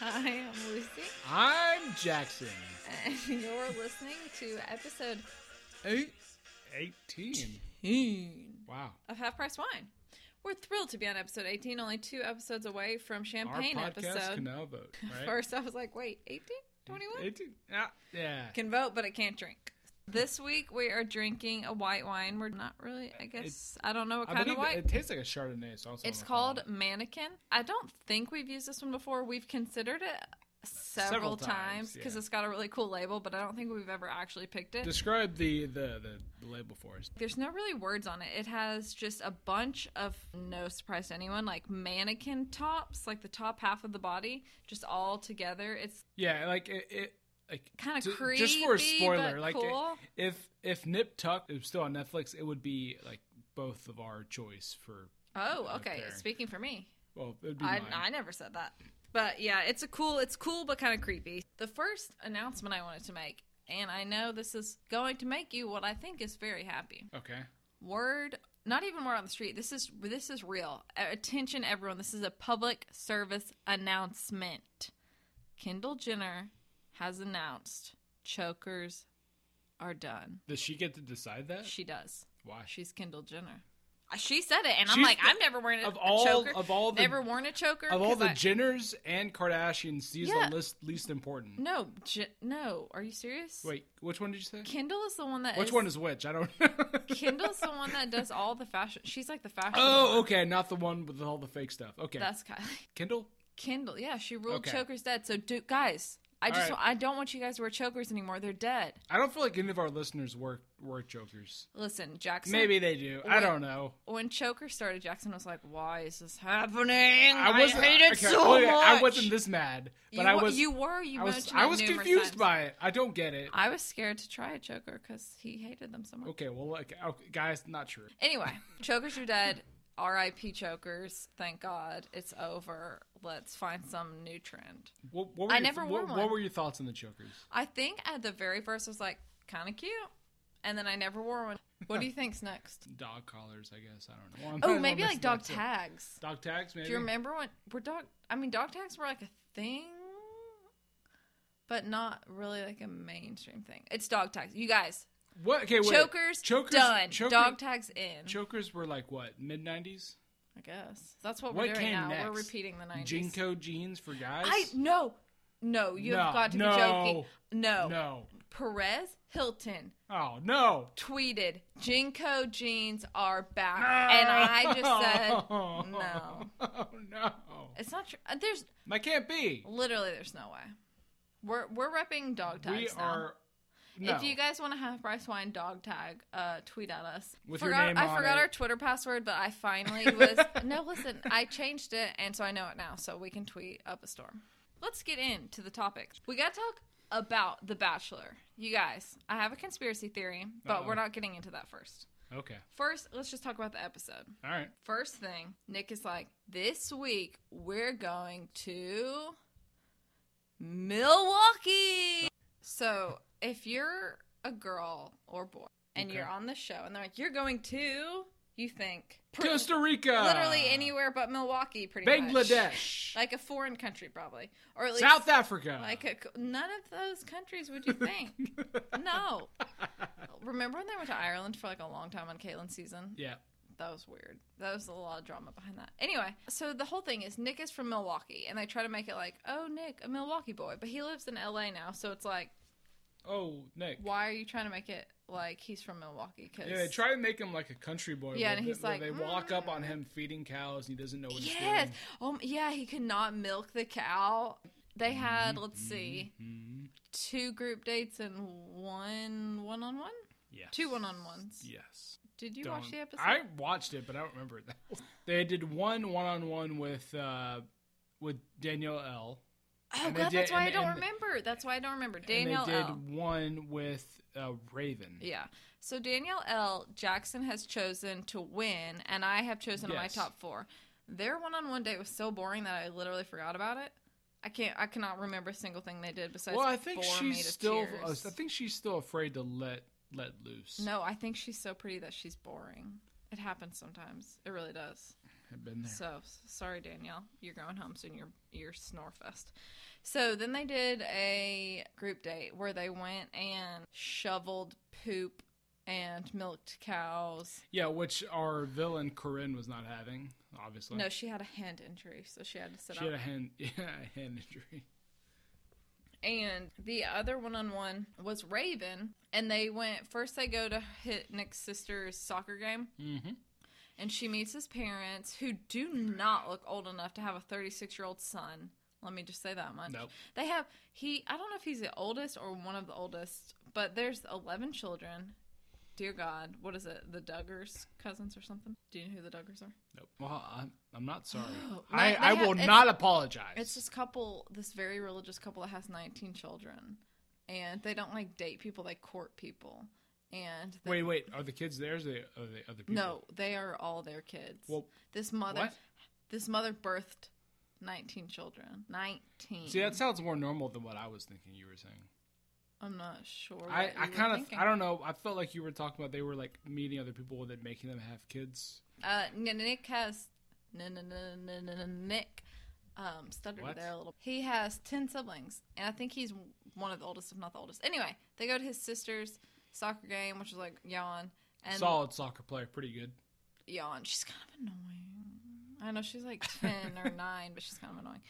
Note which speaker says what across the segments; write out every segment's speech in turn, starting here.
Speaker 1: I am Lucy,
Speaker 2: I'm Jackson.
Speaker 1: and you're listening to episode
Speaker 2: Eight, 18.
Speaker 1: 18
Speaker 2: Wow.
Speaker 1: of Half Price Wine. We're thrilled to be on episode 18, only two episodes away from Champagne
Speaker 2: Our podcast
Speaker 1: episode.
Speaker 2: can now vote, right?
Speaker 1: First, I was like, wait, 18? 21?
Speaker 2: 18. Yeah. yeah.
Speaker 1: Can vote, but it can't drink. This week, we are drinking a white wine. We're not really, I guess, I don't know what
Speaker 2: I
Speaker 1: kind
Speaker 2: believe
Speaker 1: of white.
Speaker 2: it tastes like a Chardonnay. It's also
Speaker 1: It's
Speaker 2: on the
Speaker 1: called
Speaker 2: bottom.
Speaker 1: Mannequin. I don't think we've used this one before. We've considered it several,
Speaker 2: Several
Speaker 1: times
Speaker 2: times,
Speaker 1: because
Speaker 2: yeah.
Speaker 1: it's got a really cool label, but I don't think we've ever actually picked it.
Speaker 2: Describe the, the, the, the label for us.
Speaker 1: There's no really words on it. It has just a bunch of, no surprise to anyone, like mannequin tops, like the top half of the body, just all together. It's
Speaker 2: Yeah, like it. it like
Speaker 1: kind of
Speaker 2: ju-
Speaker 1: creepy,
Speaker 2: just for a spoiler,
Speaker 1: but
Speaker 2: like
Speaker 1: cool.
Speaker 2: if if Nip Tuck is still on Netflix, it would be like both of our choice for
Speaker 1: oh,
Speaker 2: up
Speaker 1: okay.
Speaker 2: there.
Speaker 1: Speaking for me.
Speaker 2: well, it would be
Speaker 1: I,
Speaker 2: mine.
Speaker 1: I never said that. But yeah, it's a cool it's cool but kind of creepy. The first announcement I wanted to make, and I know this is going to make you what I think is very happy.
Speaker 2: okay.
Speaker 1: Word not even word on the street. This is this is real. A- Attention everyone, this is a public service announcement. Kendall Jenner has announced chokers are done.
Speaker 2: Does she get to decide that?
Speaker 1: She does.
Speaker 2: Why?
Speaker 1: She's Kendall Jenner. Uh, She said it, and I'm
Speaker 2: She's
Speaker 1: like,
Speaker 2: the-
Speaker 1: I've never worn a,
Speaker 2: of
Speaker 1: a
Speaker 2: all-
Speaker 1: choker.
Speaker 2: of all the-
Speaker 1: never worn a choker.
Speaker 2: Of all
Speaker 1: 'cause
Speaker 2: the
Speaker 1: I-
Speaker 2: Jenners and Kardashians, these
Speaker 1: Yeah.
Speaker 2: are the least, least important.
Speaker 1: No, J- no. Are you serious?
Speaker 2: Wait, which one did you say?
Speaker 1: Kendall is the one that.
Speaker 2: Which one is which? I don't know.
Speaker 1: Kendall's the one that does all the fashion. She's like the fashion.
Speaker 2: Oh,
Speaker 1: one.
Speaker 2: okay, not the one with all the fake stuff. Okay,
Speaker 1: That's Kylie.
Speaker 2: Kendall.
Speaker 1: Kendall. Yeah, she ruled
Speaker 2: Okay.
Speaker 1: chokers dead. So, do, guys, I
Speaker 2: All
Speaker 1: just
Speaker 2: right.
Speaker 1: wa- I don't want you guys to wear chokers anymore. They're dead.
Speaker 2: I don't feel like any of our listeners were were jokers.
Speaker 1: Listen, Jackson.
Speaker 2: Maybe they do. I
Speaker 1: Wait.
Speaker 2: don't know.
Speaker 1: when choker started, Jackson was like, "Why is this happening? I,
Speaker 2: wasn't.
Speaker 1: hate it
Speaker 2: okay,
Speaker 1: so
Speaker 2: wait,
Speaker 1: much."
Speaker 2: I wasn't this mad,
Speaker 1: you,
Speaker 2: but I
Speaker 1: wa-
Speaker 2: was.
Speaker 1: You were. You
Speaker 2: I was.
Speaker 1: mentioned
Speaker 2: I
Speaker 1: it
Speaker 2: was
Speaker 1: numerous
Speaker 2: confused
Speaker 1: times.
Speaker 2: by it. I don't get it.
Speaker 1: I was scared to try a choker because he hated them so much.
Speaker 2: Okay, well, like, okay, guys, not true.
Speaker 1: Anyway, chokers are dead. R.I.P. chokers. Thank God it's over. Let's find some new trend.
Speaker 2: What, what were
Speaker 1: I
Speaker 2: your,
Speaker 1: never wore
Speaker 2: what,
Speaker 1: one.
Speaker 2: what were your thoughts on the chokers?
Speaker 1: I think at the very first I was like kind of cute, and then I never wore one. What do you think's next?
Speaker 2: Dog collars, I guess. I don't know. Well, I'm-
Speaker 1: Oh,
Speaker 2: I'm
Speaker 1: maybe
Speaker 2: messing
Speaker 1: like dog
Speaker 2: up, too.
Speaker 1: tags.
Speaker 2: Dog tags, maybe.
Speaker 1: Do you remember when were dog? I mean, dog tags were like a thing, but not really like a mainstream thing. It's dog tags. You guys,
Speaker 2: What? Okay, wait.
Speaker 1: chokers, done.
Speaker 2: choker-
Speaker 1: dog tags in.
Speaker 2: Chokers were like what mid nineties.
Speaker 1: I guess that's what,
Speaker 2: What
Speaker 1: we're doing
Speaker 2: came
Speaker 1: now. We're
Speaker 2: next?
Speaker 1: repeating the nineties.
Speaker 2: Jinko jeans for guys.
Speaker 1: I no, no. You've
Speaker 2: No,
Speaker 1: got to be
Speaker 2: no,
Speaker 1: joking. No.
Speaker 2: no.
Speaker 1: Perez Hilton
Speaker 2: Oh no.
Speaker 1: tweeted, "Jinko jeans are back," and I just said, "No,
Speaker 2: Oh no.
Speaker 1: it's not true." Uh, There's
Speaker 2: That can't be.
Speaker 1: literally there's no way. We're we're repping dog tags
Speaker 2: We
Speaker 1: now.
Speaker 2: are. No.
Speaker 1: If you guys want to have Bryce Wine dog tag, uh, tweet at us.
Speaker 2: With your
Speaker 1: forgot,
Speaker 2: name
Speaker 1: I
Speaker 2: on
Speaker 1: forgot
Speaker 2: it.
Speaker 1: our Twitter password, but I finally was. no, listen, I changed it, and so I know it now, so we can tweet up a storm. Let's get into the topic. We got to talk about The Bachelor. You guys, I have a conspiracy theory, but
Speaker 2: Uh-oh.
Speaker 1: we're not getting into that first.
Speaker 2: okay.
Speaker 1: First, let's just talk about the episode.
Speaker 2: All right.
Speaker 1: First thing, Nick is like, this week we're going to Milwaukee. So if you're a girl or boy and
Speaker 2: Okay.
Speaker 1: you're on the show and they're like, you're going to, you think pr-
Speaker 2: Costa Rica.
Speaker 1: literally anywhere but Milwaukee, pretty much.
Speaker 2: Bangladesh.
Speaker 1: Like a foreign country, probably. Or at least
Speaker 2: South Africa.
Speaker 1: like a, co- none of those countries would you think? no. Remember when they went to Ireland for like a long time on Caitlin's season?
Speaker 2: yeah.
Speaker 1: That was weird. That was a lot of drama behind that. Anyway, so the whole thing is Nick is from Milwaukee, and they try to make it like, oh, Nick, a Milwaukee boy, but he lives in LA now, so it's like,
Speaker 2: Oh Nick.
Speaker 1: why are you trying to make it like he's from Milwaukee? Because
Speaker 2: Yeah, they try and make him like a country boy.
Speaker 1: Yeah,
Speaker 2: where
Speaker 1: and
Speaker 2: they-
Speaker 1: he's
Speaker 2: where
Speaker 1: like,
Speaker 2: they walk up
Speaker 1: "Mm."
Speaker 2: on him feeding cows, and he doesn't know what he's
Speaker 1: yes, oh yeah, he could not milk the cow. They had,
Speaker 2: Mm-hmm.
Speaker 1: let's see,
Speaker 2: doing.
Speaker 1: two group dates and one one on one,
Speaker 2: Yes.
Speaker 1: two one on ones.
Speaker 2: Yes.
Speaker 1: Did you watch
Speaker 2: Don't-
Speaker 1: the episode?
Speaker 2: I watched it, but I don't remember it. that well. They did one one-on-one with uh, with Danielle L.
Speaker 1: oh
Speaker 2: and they
Speaker 1: god,
Speaker 2: did-
Speaker 1: that's why
Speaker 2: and-
Speaker 1: I don't
Speaker 2: and-
Speaker 1: remember. That's why I don't remember. Danielle
Speaker 2: and they did
Speaker 1: L.
Speaker 2: one with uh, Raven.
Speaker 1: Yeah. So Danielle L. Jackson has chosen to win, and I have chosen my
Speaker 2: Yes.
Speaker 1: top four. Their one-on-one date was so boring that I literally forgot about it. I can't. I cannot remember a single thing they did besides.
Speaker 2: Well, I think
Speaker 1: bore me
Speaker 2: she's
Speaker 1: to
Speaker 2: still. uh, I
Speaker 1: tears.
Speaker 2: think she's still afraid to let let loose.
Speaker 1: no, I think she's so pretty that she's boring. It happens sometimes. It really does.
Speaker 2: I've been there.
Speaker 1: So s- sorry, Danielle, you're going home soon. You're you're snorefest. So then they did a group date where they went and shoveled poop and milked cows.
Speaker 2: Yeah, which our villain Corinne was not having, obviously.
Speaker 1: No, she had a hand injury, so she had to sit
Speaker 2: she
Speaker 1: out.
Speaker 2: had a hand, yeah, a hand injury.
Speaker 1: And the other one on one was Raven, and they went first. They go to hit Nick's sister's soccer game,
Speaker 2: Mm-hmm.
Speaker 1: and she meets his parents, who do not look old enough to have a 36 year old son. Let me just say that much.
Speaker 2: Nope.
Speaker 1: They have he. I don't know if he's the oldest or one of the oldest, but there's 11 children. Dear God, what is it? The Duggars cousins or something? Do you know who the Duggars are?
Speaker 2: Nope. Well, I'm, I'm not sorry.
Speaker 1: No,
Speaker 2: I,
Speaker 1: they
Speaker 2: I
Speaker 1: have-
Speaker 2: will
Speaker 1: it's-
Speaker 2: not apologize.
Speaker 1: It's this couple, this very religious couple that has 19 children, and they don't like date people; they court people. And they,
Speaker 2: wait, wait. Are the kids theirs? Or are they- are the other people?
Speaker 1: no, they are all their kids.
Speaker 2: Well,
Speaker 1: this mother,
Speaker 2: what?
Speaker 1: this mother birthed 19 children. 19.
Speaker 2: See, that sounds more normal than what I was thinking you were saying.
Speaker 1: I'm not sure.
Speaker 2: I,
Speaker 1: what
Speaker 2: I
Speaker 1: you were
Speaker 2: kind of,
Speaker 1: thinking.
Speaker 2: I don't know. I felt like you were talking about they were like meeting other people and then making them have kids.
Speaker 1: Uh, N- Nick has N- N- N- N- N- Nick um, stuttered
Speaker 2: What?
Speaker 1: there a little. He has ten siblings, and I think he's one of the oldest, if not the oldest. Anyway, they go to his sister's soccer game, which is like yawn and
Speaker 2: Solid soccer player, pretty good.
Speaker 1: yawn. She's kind of annoying. I know she's like ten or nine, but she's kind of annoying.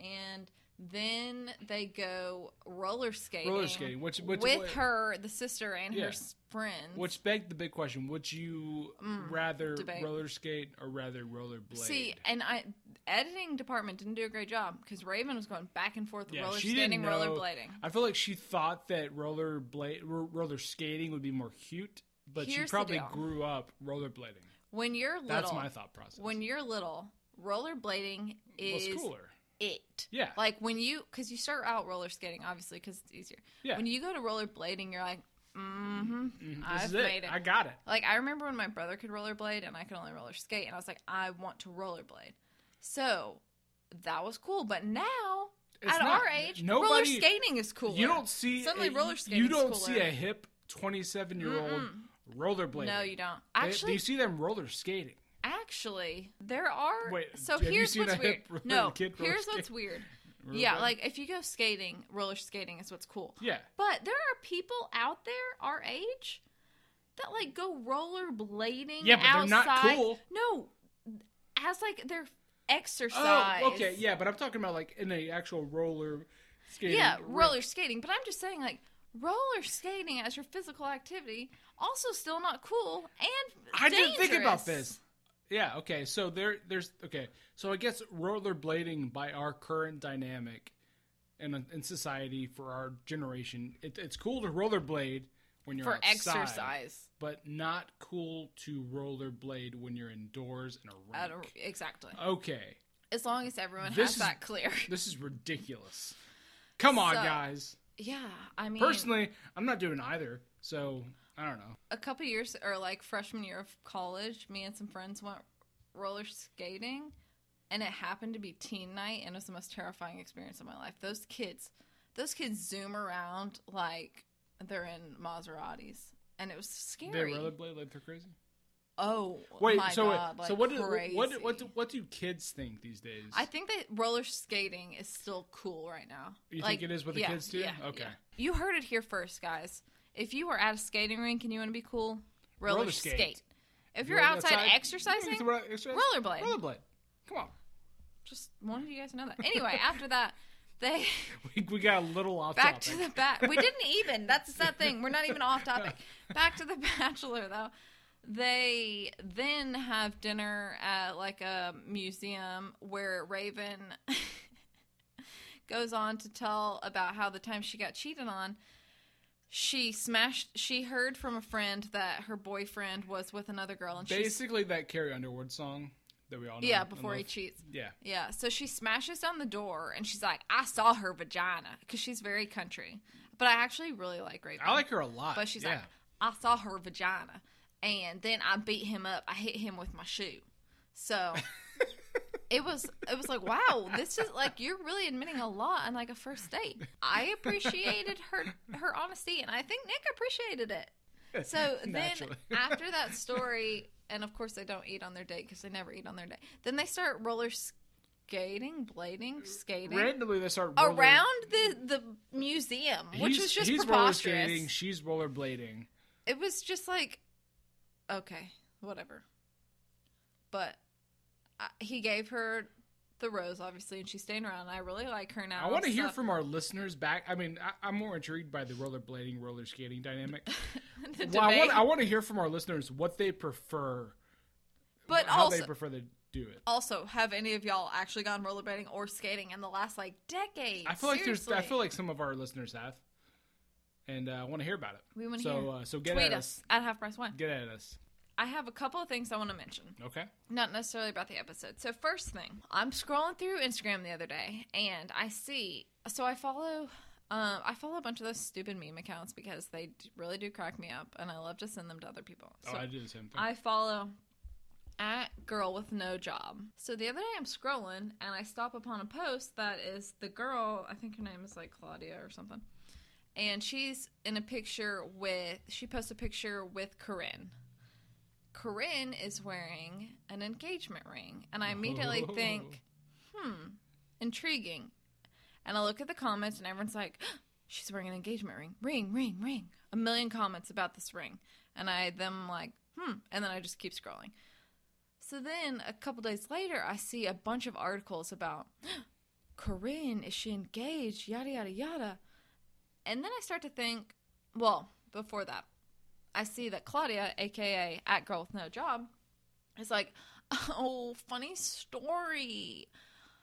Speaker 1: And then they go roller skating,
Speaker 2: Roller skating, which which
Speaker 1: with
Speaker 2: which,
Speaker 1: her, the sister, and
Speaker 2: Yeah.
Speaker 1: her s- friends.
Speaker 2: which begged the big question: Would you rather
Speaker 1: Mm, debate.
Speaker 2: roller skate or rather rollerblade?
Speaker 1: See, and I editing department didn't do a great job because Raven was going back and forth with
Speaker 2: Yeah,
Speaker 1: roller
Speaker 2: she didn't
Speaker 1: skating,
Speaker 2: know-
Speaker 1: rollerblading.
Speaker 2: I feel like she thought that roller blade, ro- roller skating would be more cute, but
Speaker 1: Here's
Speaker 2: she
Speaker 1: the
Speaker 2: probably
Speaker 1: deal.
Speaker 2: grew up rollerblading.
Speaker 1: When you're little,
Speaker 2: That's my thought process.
Speaker 1: when you're little, rollerblading
Speaker 2: was
Speaker 1: is
Speaker 2: cooler.
Speaker 1: it.
Speaker 2: Yeah.
Speaker 1: Like when you, because you start out roller skating, obviously, because it's easier.
Speaker 2: Yeah.
Speaker 1: When you go to rollerblading, you're like, mm-hmm.
Speaker 2: Mhm, this
Speaker 1: I've
Speaker 2: is it.
Speaker 1: made it.
Speaker 2: I got it.
Speaker 1: Like I remember when my brother could rollerblade and I could only roller skate, and I was like, I want to rollerblade. So that was cool, but now.
Speaker 2: It's
Speaker 1: at
Speaker 2: not-
Speaker 1: our age, roller
Speaker 2: nobody-
Speaker 1: skating is cool.
Speaker 2: You don't see
Speaker 1: Suddenly
Speaker 2: a,
Speaker 1: roller
Speaker 2: You
Speaker 1: skating's
Speaker 2: don't see a
Speaker 1: cooler.
Speaker 2: hip twenty-seven-year-old rollerblading.
Speaker 1: No, you don't.
Speaker 2: They-
Speaker 1: Actually,
Speaker 2: you see them roller skating.
Speaker 1: actually, there are.
Speaker 2: Wait,
Speaker 1: so
Speaker 2: have you
Speaker 1: here's
Speaker 2: seen
Speaker 1: what's
Speaker 2: a
Speaker 1: weird.
Speaker 2: hip roller-
Speaker 1: No,
Speaker 2: kid roller
Speaker 1: here's what's
Speaker 2: skate?
Speaker 1: weird.
Speaker 2: Roller
Speaker 1: Yeah,
Speaker 2: blade?
Speaker 1: like if you go skating, roller skating is what's cool.
Speaker 2: yeah.
Speaker 1: But there are people out there our age that like go rollerblading.
Speaker 2: Yeah, but they're not
Speaker 1: outside.
Speaker 2: cool.
Speaker 1: No, as like their exercise.
Speaker 2: Oh, okay, yeah, but I'm talking about like in a actual roller skating.
Speaker 1: Yeah,
Speaker 2: rink.
Speaker 1: roller skating. But I'm just saying, like, roller skating as your physical activity also still not cool and
Speaker 2: I didn't think about
Speaker 1: dangerous.
Speaker 2: this. Yeah. Okay. So there, there's okay. So I guess rollerblading by our current dynamic and in society for our generation, it, it's cool to rollerblade when you're
Speaker 1: for
Speaker 2: outside,
Speaker 1: exercise.
Speaker 2: but not cool to rollerblade when you're indoors in a
Speaker 1: At
Speaker 2: rink.
Speaker 1: a- exactly.
Speaker 2: Okay,
Speaker 1: As long as everyone
Speaker 2: uh, This
Speaker 1: has
Speaker 2: is-
Speaker 1: that clear.
Speaker 2: this is ridiculous. Come on,
Speaker 1: So-
Speaker 2: guys.
Speaker 1: Yeah, I mean,
Speaker 2: Personally, I'm not doing either. So I don't know.
Speaker 1: a couple years or like freshman year of college, me and some friends went roller skating, and it happened to be teen night, and it was the most terrifying experience of my life. Those kids, those kids zoom around like they're in Maseratis, and it was
Speaker 2: They
Speaker 1: scary.
Speaker 2: rollerblade like they're crazy.
Speaker 1: oh,
Speaker 2: Wait,
Speaker 1: my
Speaker 2: so wait,
Speaker 1: God, like
Speaker 2: so what do,
Speaker 1: crazy.
Speaker 2: what do- what do, what do kids think these days?
Speaker 1: I think that roller skating is still cool right now.
Speaker 2: You think it is with the kids too? Okay.
Speaker 1: You heard it here first, guys. If you are at a skating rink and you want to be cool, roller,
Speaker 2: Roller skate.
Speaker 1: skate. If you're outside, exercising,
Speaker 2: Roller, exercise?
Speaker 1: rollerblade.
Speaker 2: Rollerblade. Come on.
Speaker 1: just wanted you guys to know that. Anyway, after that, they
Speaker 2: We, we got a little off
Speaker 1: back to
Speaker 2: topic.
Speaker 1: the bat. We didn't even. That's the sad thing. We're not even off topic. Back to the Bachelor though. They then have dinner at like a museum where Raven goes on to tell about how the time she got cheated on, she smashed. She heard from a friend that her boyfriend was with another girl, and she
Speaker 2: Basically, that Carrie Underwood song that we all know.
Speaker 1: yeah
Speaker 2: and
Speaker 1: before he
Speaker 2: love.
Speaker 1: cheats.
Speaker 2: Yeah.
Speaker 1: Yeah, so she smashes down the door and she's like, "I saw her vagina," because she's very country. But I actually really like Raven.
Speaker 2: I like her a lot.
Speaker 1: but she's
Speaker 2: yeah.
Speaker 1: like, "I saw her vagina," and then I beat him up. I hit him with my shoe. So it was, it was like, wow, this is like you're really admitting a lot on like a first date. I appreciated her her honesty, and I think Nick appreciated it. So then
Speaker 2: Naturally.
Speaker 1: after that story, and of course they don't eat on their date because they never eat on their date. Then they start roller skating, blading, skating
Speaker 2: randomly they start roller-
Speaker 1: around the the museum, which
Speaker 2: He's-
Speaker 1: was just
Speaker 2: he's roller skating,
Speaker 1: preposterous.
Speaker 2: she's rollerblading.
Speaker 1: It was just like, okay, whatever. But I, he gave her the rose, obviously, and she's staying around. I really like her now.
Speaker 2: I want to
Speaker 1: and
Speaker 2: hear
Speaker 1: stuff.
Speaker 2: from our listeners back. I mean, I, I'm more intrigued by the rollerblading, roller skating dynamic.
Speaker 1: the
Speaker 2: well, I
Speaker 1: debate.
Speaker 2: want, I want to hear from our listeners what they prefer,
Speaker 1: but
Speaker 2: how
Speaker 1: also,
Speaker 2: they prefer to do it.
Speaker 1: also, have any of y'all actually gone rollerblading or skating in the last like decade?
Speaker 2: I feel like
Speaker 1: Seriously.
Speaker 2: there's, I feel like some of our listeners have, and uh, I want to hear about it.
Speaker 1: We wanna
Speaker 2: so,
Speaker 1: hear.
Speaker 2: Uh, so get
Speaker 1: tweet
Speaker 2: at us.
Speaker 1: us at half price one.
Speaker 2: Get at us.
Speaker 1: I have a couple of things I want to mention.
Speaker 2: Okay.
Speaker 1: Not necessarily about the episode. So first thing, I'm scrolling through Instagram the other day and I see so I follow um, I follow a bunch of those stupid meme accounts because they d- really do crack me up and I love to send them to other people. So
Speaker 2: oh, I do the same thing.
Speaker 1: I follow at girl with no job. So the other day I'm scrolling and I stop upon a post that is the girl, I think her name is like Claudia or something. And she's in a picture with she posts a picture with Corinne. Corinne is wearing an engagement ring and I immediately think, "Hmm, intriguing." And I look at the comments and everyone's like, "She's wearing an engagement ring. Ring, ring, ring." A million comments about this ring. And I them like, "Hmm," and then I just keep scrolling. So then a couple days later, I see a bunch of articles about Corinne, is she engaged? Yada, yada, yada. And then I start to think, well, before that, I see that Claudia, aka at Girl with No Job, is like, oh, funny story.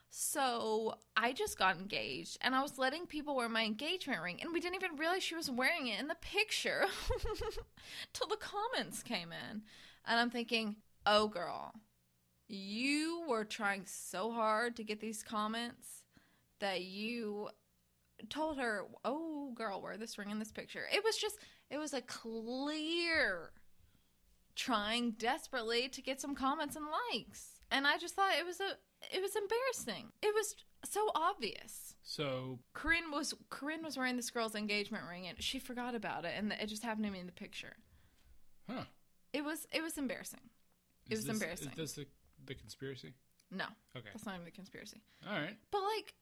Speaker 1: So I just got engaged and I was letting people wear my engagement ring, and we didn't even realize she was wearing it in the picture till the comments came in. And I'm thinking, oh, girl, you were trying so hard to get these comments that you told her, oh, girl, wear this ring in this picture. It was just, it was a clear trying desperately to get some comments and likes. And I just thought it was a, it was embarrassing. It was so obvious.
Speaker 2: so
Speaker 1: Corinne was Corinne was wearing this girl's engagement ring and she forgot about it and it just happened to me in the picture.
Speaker 2: Huh.
Speaker 1: It was it was embarrassing. It was
Speaker 2: this,
Speaker 1: embarrassing.
Speaker 2: Is this the, the conspiracy?
Speaker 1: No,
Speaker 2: Okay.
Speaker 1: that's not even a conspiracy.
Speaker 2: All right.
Speaker 1: But like,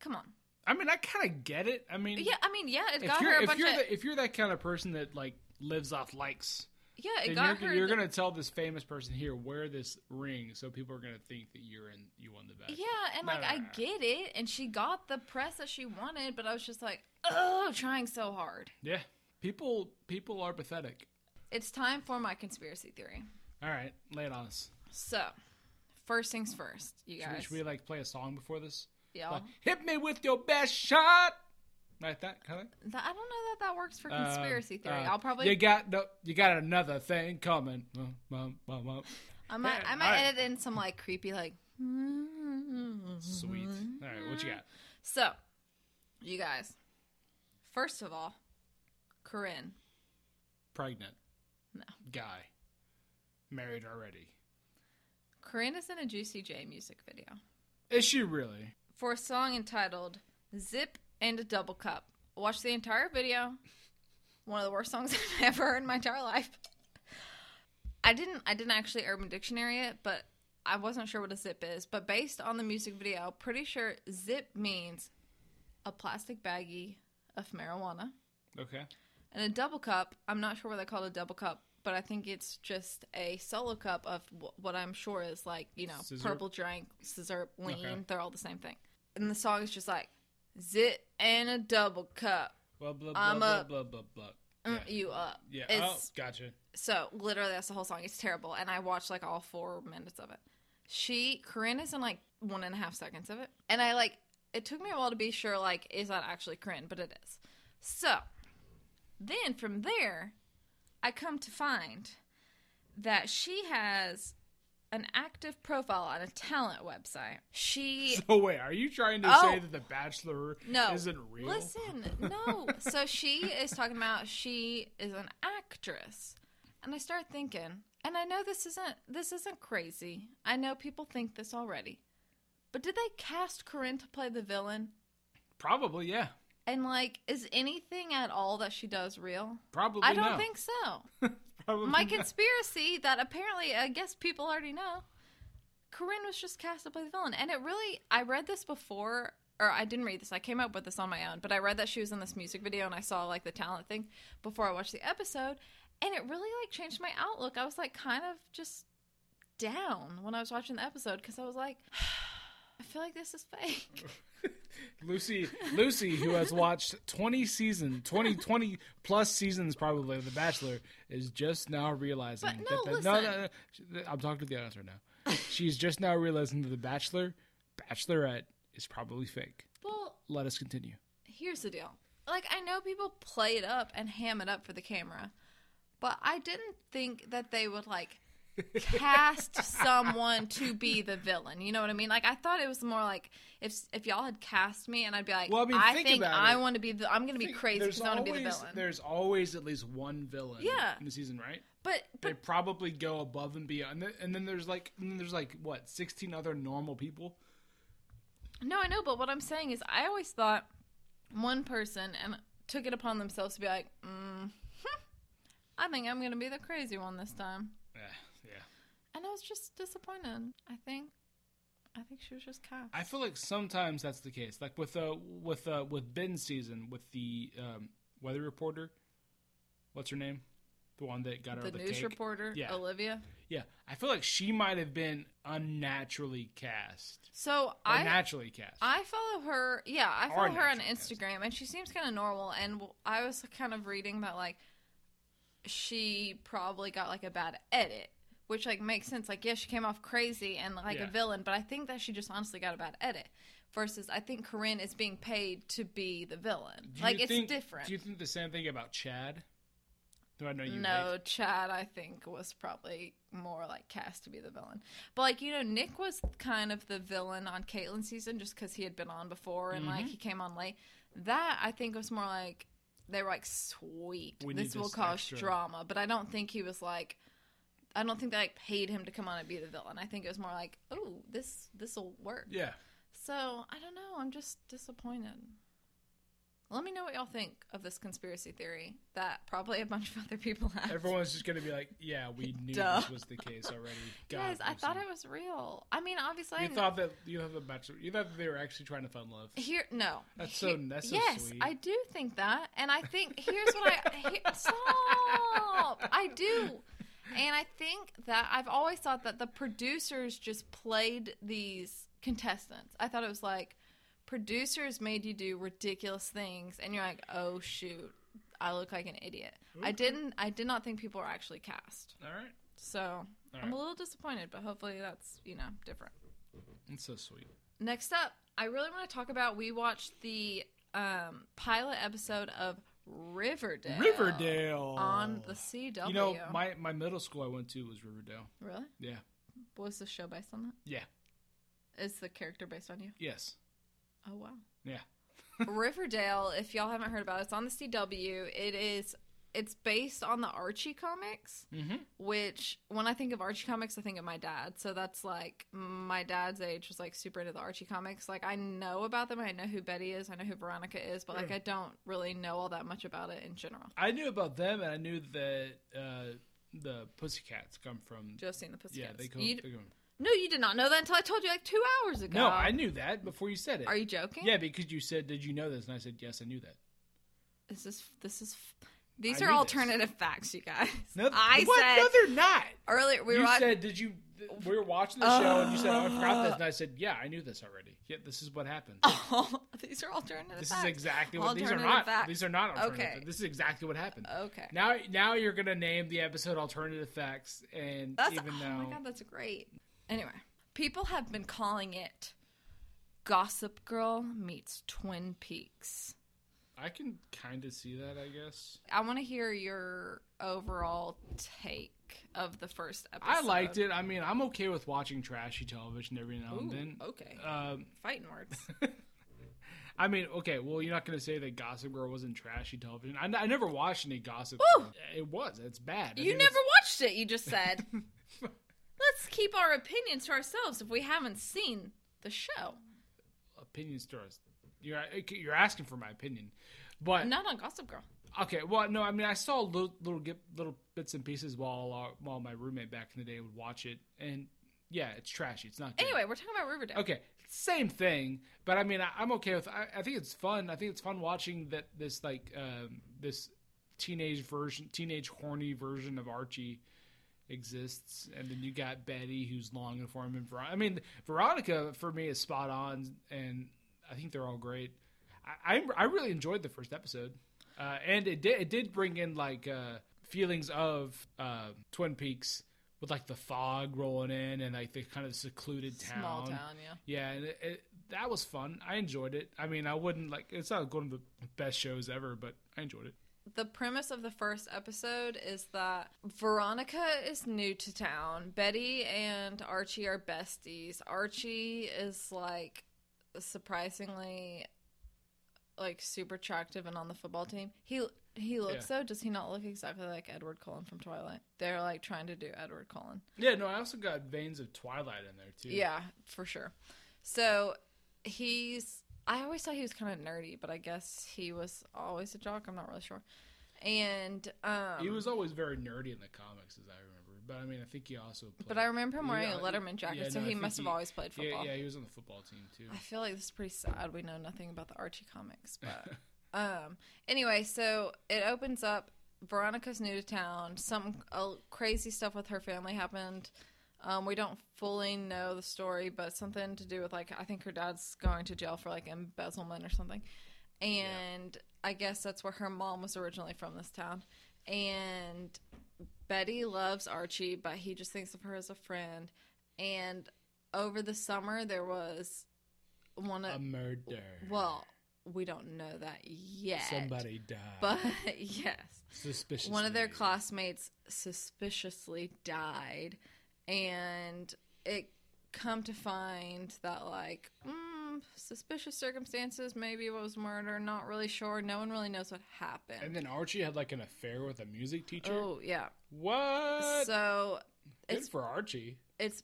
Speaker 1: come on.
Speaker 2: I mean, I kind of get it. I mean,
Speaker 1: Yeah, I mean, yeah, it
Speaker 2: if
Speaker 1: got
Speaker 2: you're
Speaker 1: her a
Speaker 2: if
Speaker 1: bunch
Speaker 2: you're
Speaker 1: of
Speaker 2: the, if you're that kind of person that like lives off likes,
Speaker 1: yeah, it
Speaker 2: then
Speaker 1: got
Speaker 2: you're,
Speaker 1: her.
Speaker 2: you're
Speaker 1: the-
Speaker 2: gonna tell this famous person here wear this ring, so people are gonna think that you're in you won the bet.
Speaker 1: yeah, and
Speaker 2: No,
Speaker 1: like
Speaker 2: no,
Speaker 1: I
Speaker 2: no, no.
Speaker 1: get it, and she got the press that she wanted, but I was just like, oh, trying so hard.
Speaker 2: Yeah. People people are pathetic.
Speaker 1: It's time for my conspiracy theory.
Speaker 2: All right, lay it on us.
Speaker 1: So, first things first, you
Speaker 2: Should we,
Speaker 1: guys.
Speaker 2: should we like play a song before this?
Speaker 1: yeah,
Speaker 2: Like, Hit me with your best shot. Like that kind of.
Speaker 1: Th- I don't know that that works
Speaker 2: Uh,
Speaker 1: for conspiracy theory. I'll probably
Speaker 2: You got no. You got another thing coming. Mm, mm, mm, mm.
Speaker 1: I might
Speaker 2: Yeah,
Speaker 1: I might
Speaker 2: alright.
Speaker 1: edit in some like creepy like.
Speaker 2: Sweet.
Speaker 1: Mm-hmm.
Speaker 2: All right, what you got?
Speaker 1: So, you guys, first of all, Corinne,
Speaker 2: Pregnant.
Speaker 1: No.
Speaker 2: Guy. Married already.
Speaker 1: Corinne is in a Juicy J music video
Speaker 2: Is she really?
Speaker 1: for a song entitled Zip and a Double Cup. Watch the entire video. One of the worst songs I've ever heard in my entire life. I didn't I didn't actually Urban Dictionary it, but I wasn't sure what a zip is, but based on the music video, pretty sure zip means a plastic baggie of marijuana.
Speaker 2: Okay.
Speaker 1: And a double cup, I'm not sure what they call it a double cup, but I think it's just a solo cup of w- what I'm sure is like, you know,
Speaker 2: Scissor?
Speaker 1: purple drink, scissor, lean,
Speaker 2: Okay.
Speaker 1: they're all the same thing. And the song is just like, zit and a double cup,
Speaker 2: Blah blah blah
Speaker 1: I'm
Speaker 2: blah,
Speaker 1: a-
Speaker 2: blah blah blah.
Speaker 1: mm,
Speaker 2: Yeah.
Speaker 1: you up.
Speaker 2: Yeah. Oh,
Speaker 1: It's,
Speaker 2: gotcha.
Speaker 1: So literally, that's the whole song. It's terrible. And I watched like all four minutes of it. She, Corinne is in like one and a half seconds of it. And I like, it took me a while to be sure, like, is that actually Corinne? But it is. So then from there, I come to find that she has an active profile on a talent website. She.
Speaker 2: Oh wait, are you trying to
Speaker 1: Oh.
Speaker 2: say that the Bachelor
Speaker 1: No.
Speaker 2: isn't real?
Speaker 1: Listen, no. so she is talking about she is an actress. And I start thinking, and I know this isn't this isn't crazy. I know people think this already. But did they cast Corinne to play the villain?
Speaker 2: Probably, yeah.
Speaker 1: And like, is anything at all that she does real?
Speaker 2: Probably
Speaker 1: I don't
Speaker 2: not.
Speaker 1: think so.
Speaker 2: Probably
Speaker 1: My
Speaker 2: not.
Speaker 1: conspiracy that apparently I guess people already know. Corinne was just cast to play the villain, and it really I read this before, or I didn't read this. I came up with this on my own, but I read that she was in this music video, and I saw like the talent thing before I watched the episode, and it really like changed my outlook. I was like kind of just down when I was watching the episode because I was like, I feel like this is fake.
Speaker 2: Lucy, Lucy, who has watched 20 seasons, 20, 20 plus seasons probably of The Bachelor, is just now realizing.
Speaker 1: But no,
Speaker 2: that the, no, no, I'm talking to the audience right now. She's just now realizing that The Bachelor, Bachelorette, is probably fake.
Speaker 1: well,
Speaker 2: Let us continue.
Speaker 1: here's the deal. Like I know people play it up and ham it up for the camera, but I didn't think that they would like cast someone to be the villain. You know what I mean? Like I thought it was more like if if y'all had cast me and I'd be like,
Speaker 2: Well,
Speaker 1: I,
Speaker 2: I mean,
Speaker 1: think,
Speaker 2: think about
Speaker 1: I
Speaker 2: it.
Speaker 1: want to be the I'm going to be
Speaker 2: Think
Speaker 1: crazy
Speaker 2: there's
Speaker 1: because I want to be the
Speaker 2: always-
Speaker 1: villain.
Speaker 2: There's always at least one villain
Speaker 1: Yeah.
Speaker 2: in the season, right?
Speaker 1: But
Speaker 2: They
Speaker 1: but
Speaker 2: probably go above and beyond. And then, and then there's like, and then there's like what, 16 other normal people?
Speaker 1: No, I know, but what I'm saying is, I always thought one person and took it upon themselves to be like, mm, I think I'm going to be the crazy one this time,
Speaker 2: Yeah, Eh, yeah.
Speaker 1: and I was just disappointed. I think, I think she was just cast.
Speaker 2: I feel like sometimes that's the case. Like with uh with uh with Ben's season with the um, weather reporter, what's her name, the one that got her
Speaker 1: the,
Speaker 2: the
Speaker 1: news
Speaker 2: cake?
Speaker 1: reporter,
Speaker 2: Yeah.
Speaker 1: Olivia.
Speaker 2: Yeah, I feel like she might have been unnaturally cast.
Speaker 1: So
Speaker 2: Or
Speaker 1: I
Speaker 2: naturally cast.
Speaker 1: I follow her. Yeah, I
Speaker 2: Or
Speaker 1: follow her on
Speaker 2: natural cast.
Speaker 1: Instagram, and she seems kind of normal. And w- I was kind of reading that like she probably got like a bad edit, which like makes sense. Like, yeah, she came off crazy and like
Speaker 2: Yeah.
Speaker 1: a villain, but I think that she just honestly got a bad edit. Versus, I think Corinne is being paid to be the villain.
Speaker 2: Do you
Speaker 1: like, it's
Speaker 2: think-
Speaker 1: different.
Speaker 2: Do you think the same thing about Chad? Do I know you?
Speaker 1: No,
Speaker 2: hate-
Speaker 1: Chad, I think, was probably more like cast to be the villain. But like, you know, Nick was kind of the villain on Caitlyn's season just because he had been on before and
Speaker 2: Mm-hmm.
Speaker 1: like he came on late. That I think was more like they were like, sweet,
Speaker 2: We need
Speaker 1: this will
Speaker 2: this
Speaker 1: cause
Speaker 2: extra."
Speaker 1: drama. But I don't think he was like, I don't think they like paid him to come on and be the villain. I think it was more like, oh, this this will work.
Speaker 2: Yeah.
Speaker 1: So I don't know. I'm just disappointed. Let me know what y'all think of this conspiracy theory that probably a bunch of other people have.
Speaker 2: Everyone's just gonna be like, "Yeah, we knew
Speaker 1: Duh.
Speaker 2: this was the case already." God,
Speaker 1: Guys, I thought
Speaker 2: Lucy.
Speaker 1: it was real. I mean, obviously, I
Speaker 2: You
Speaker 1: kn-
Speaker 2: thought that you thought the bachelor. You thought that they were actually trying to find love.
Speaker 1: here no.
Speaker 2: That's so-
Speaker 1: Here-
Speaker 2: that's so
Speaker 1: yes,
Speaker 2: sweet.
Speaker 1: I do think that, and I think here's what I he- stop. I do, and I think that I've always thought that the producers just played these contestants. I thought it was like producers made you do ridiculous things, and you're like, oh shoot, I look like an idiot. I
Speaker 2: Okay.
Speaker 1: didn't. I did not think people were actually cast.
Speaker 2: All right.
Speaker 1: So I'm a little disappointed, but hopefully that's you know different.
Speaker 2: It's so sweet.
Speaker 1: Next up, I really want to talk about we watched the um, pilot episode of Riverdale.
Speaker 2: Riverdale
Speaker 1: on the CW.
Speaker 2: You know, my my middle school I went to was Riverdale.
Speaker 1: really
Speaker 2: Yeah.
Speaker 1: was the show based on
Speaker 2: Yeah.
Speaker 1: that? Is the character based on you?
Speaker 2: Yes.
Speaker 1: Oh wow.
Speaker 2: Yeah.
Speaker 1: Riverdale, if y'all haven't heard about it, it's on the CW. It is it's based on the Archie comics.
Speaker 2: Mm-hmm.
Speaker 1: which when I think of Archie comics, I think of my dad. So that's like my dad's age was like super into the Archie comics. Like I know about them. I know who Betty is. I know who Veronica is, but like
Speaker 2: Yeah.
Speaker 1: I don't really know all that much about it in general.
Speaker 2: I knew about them, and I knew that uh, the Pussycats come from.
Speaker 1: Just seeing the
Speaker 2: yeah,
Speaker 1: Pussycats.
Speaker 2: they come.
Speaker 1: You-
Speaker 2: they come-
Speaker 1: no, you did not know that until I told you like two hours ago.
Speaker 2: No, I knew that before you said it.
Speaker 1: Are you joking?
Speaker 2: Yeah, because you said, "Did you know this?" And I said, "Yes, I knew that."
Speaker 1: This is this is. These
Speaker 2: I
Speaker 1: are
Speaker 2: knew this.
Speaker 1: alternative facts, you guys.
Speaker 2: No,
Speaker 1: I
Speaker 2: what?
Speaker 1: said
Speaker 2: no, they're not.
Speaker 1: earlier we
Speaker 2: you
Speaker 1: were at-
Speaker 2: said, "Did you?" th- We were watching the show, and you said, "Oh, "I forgot this," and I said, "Yeah, I knew this already. Yeah, this is what happened.
Speaker 1: these are alternative.
Speaker 2: This is
Speaker 1: Oh, facts.
Speaker 2: exactly what these are
Speaker 1: Alternative
Speaker 2: not.
Speaker 1: facts.
Speaker 2: These are not alternative.
Speaker 1: Okay.
Speaker 2: This is exactly what happened.
Speaker 1: Okay.
Speaker 2: Now, now you're gonna name the episode "Alternative Facts," and
Speaker 1: That's
Speaker 2: even
Speaker 1: oh
Speaker 2: though
Speaker 1: my god, that's great. Anyway, people have been calling it Gossip Girl meets Twin Peaks.
Speaker 2: I can kind of see that, I guess
Speaker 1: I want to hear your overall take of the first episode.
Speaker 2: I liked it. I mean, I'm okay with watching trashy television every now
Speaker 1: Ooh,
Speaker 2: and then.
Speaker 1: okay,
Speaker 2: Um,
Speaker 1: Uh, fighting words.
Speaker 2: I mean, okay, well, you're not gonna say that Gossip Girl wasn't trashy television. I, I never watched any Gossip.
Speaker 1: Woo!
Speaker 2: Girl. It was. It's bad. I
Speaker 1: you
Speaker 2: mean,
Speaker 1: never
Speaker 2: it's-
Speaker 1: watched it. You just said. Let's keep our opinions to ourselves if we haven't seen the show.
Speaker 2: opinion stores. You're you're asking for my opinion, but
Speaker 1: Not on Gossip Girl.
Speaker 2: okay. Well, no, I mean I saw little little gip- little bits and pieces while uh, while my roommate back in the day would watch it, and yeah, it's trashy. It's not good.
Speaker 1: Anyway, we're talking about Riverdale.
Speaker 2: Okay, same thing, but I mean, I, I'm okay with. I, I think it's fun. I think it's fun watching that this like um, this teenage version, teenage horny version of Archie exists, and then you got Betty who's longing for him, and Ver- I mean, Veronica for me is spot on, and I think they're all great. I I, I really enjoyed the first episode, uh, and it did it did bring in like uh, feelings of uh, Twin Peaks. With like the fog rolling in and like the kind of secluded
Speaker 1: Small town, yeah.
Speaker 2: yeah, and it, it, that was fun. I enjoyed it. I mean, I wouldn't like. It's not one of the best shows ever, but I enjoyed it.
Speaker 1: the premise of the first episode is that Veronica is new to town. Betty and Archie are besties. Archie is like surprisingly like super attractive and on the football team. He he looks though, does he not look exactly like Edward Cullen from Twilight? They're like trying to do Edward Cullen.
Speaker 2: Yeah, no, I also got veins of Twilight in there too.
Speaker 1: Yeah, for sure. So he's. I always thought he was kind of nerdy, but I guess he was always a jock. I'm not really sure. And um,
Speaker 2: he was always very nerdy in the comics, as I remember. But I mean, I think he also. Played,
Speaker 1: but I remember him wearing
Speaker 2: Yeah,
Speaker 1: a Letterman jacket,
Speaker 2: yeah,
Speaker 1: so
Speaker 2: no, I
Speaker 1: he
Speaker 2: think
Speaker 1: must have
Speaker 2: he-
Speaker 1: always played
Speaker 2: yeah,
Speaker 1: football.
Speaker 2: yeah, he was on the football team too.
Speaker 1: I feel like this is pretty sad. We know nothing about the Archie comics, but um, anyway, so it opens up. Veronica's new to town. Some uh, crazy stuff with her family happened. Um, we don't fully know the story, but something to do with like I think her dad's going to jail for like embezzlement or something, and I guess that's where her mom was originally from this town. And Betty loves Archie, but he just thinks of her as a friend. And over the summer, there was one of
Speaker 2: A murder.
Speaker 1: well, we don't know that yet.
Speaker 2: somebody died.
Speaker 1: but yes,
Speaker 2: suspicious.
Speaker 1: one of their classmates suspiciously died and it come to find that like mm, suspicious circumstances maybe it was murder not really sure no one really knows what
Speaker 2: And
Speaker 1: happened
Speaker 2: then Archie had like an affair with a music teacher.
Speaker 1: oh yeah
Speaker 2: what?
Speaker 1: so
Speaker 2: good
Speaker 1: it's
Speaker 2: for Archie.
Speaker 1: it's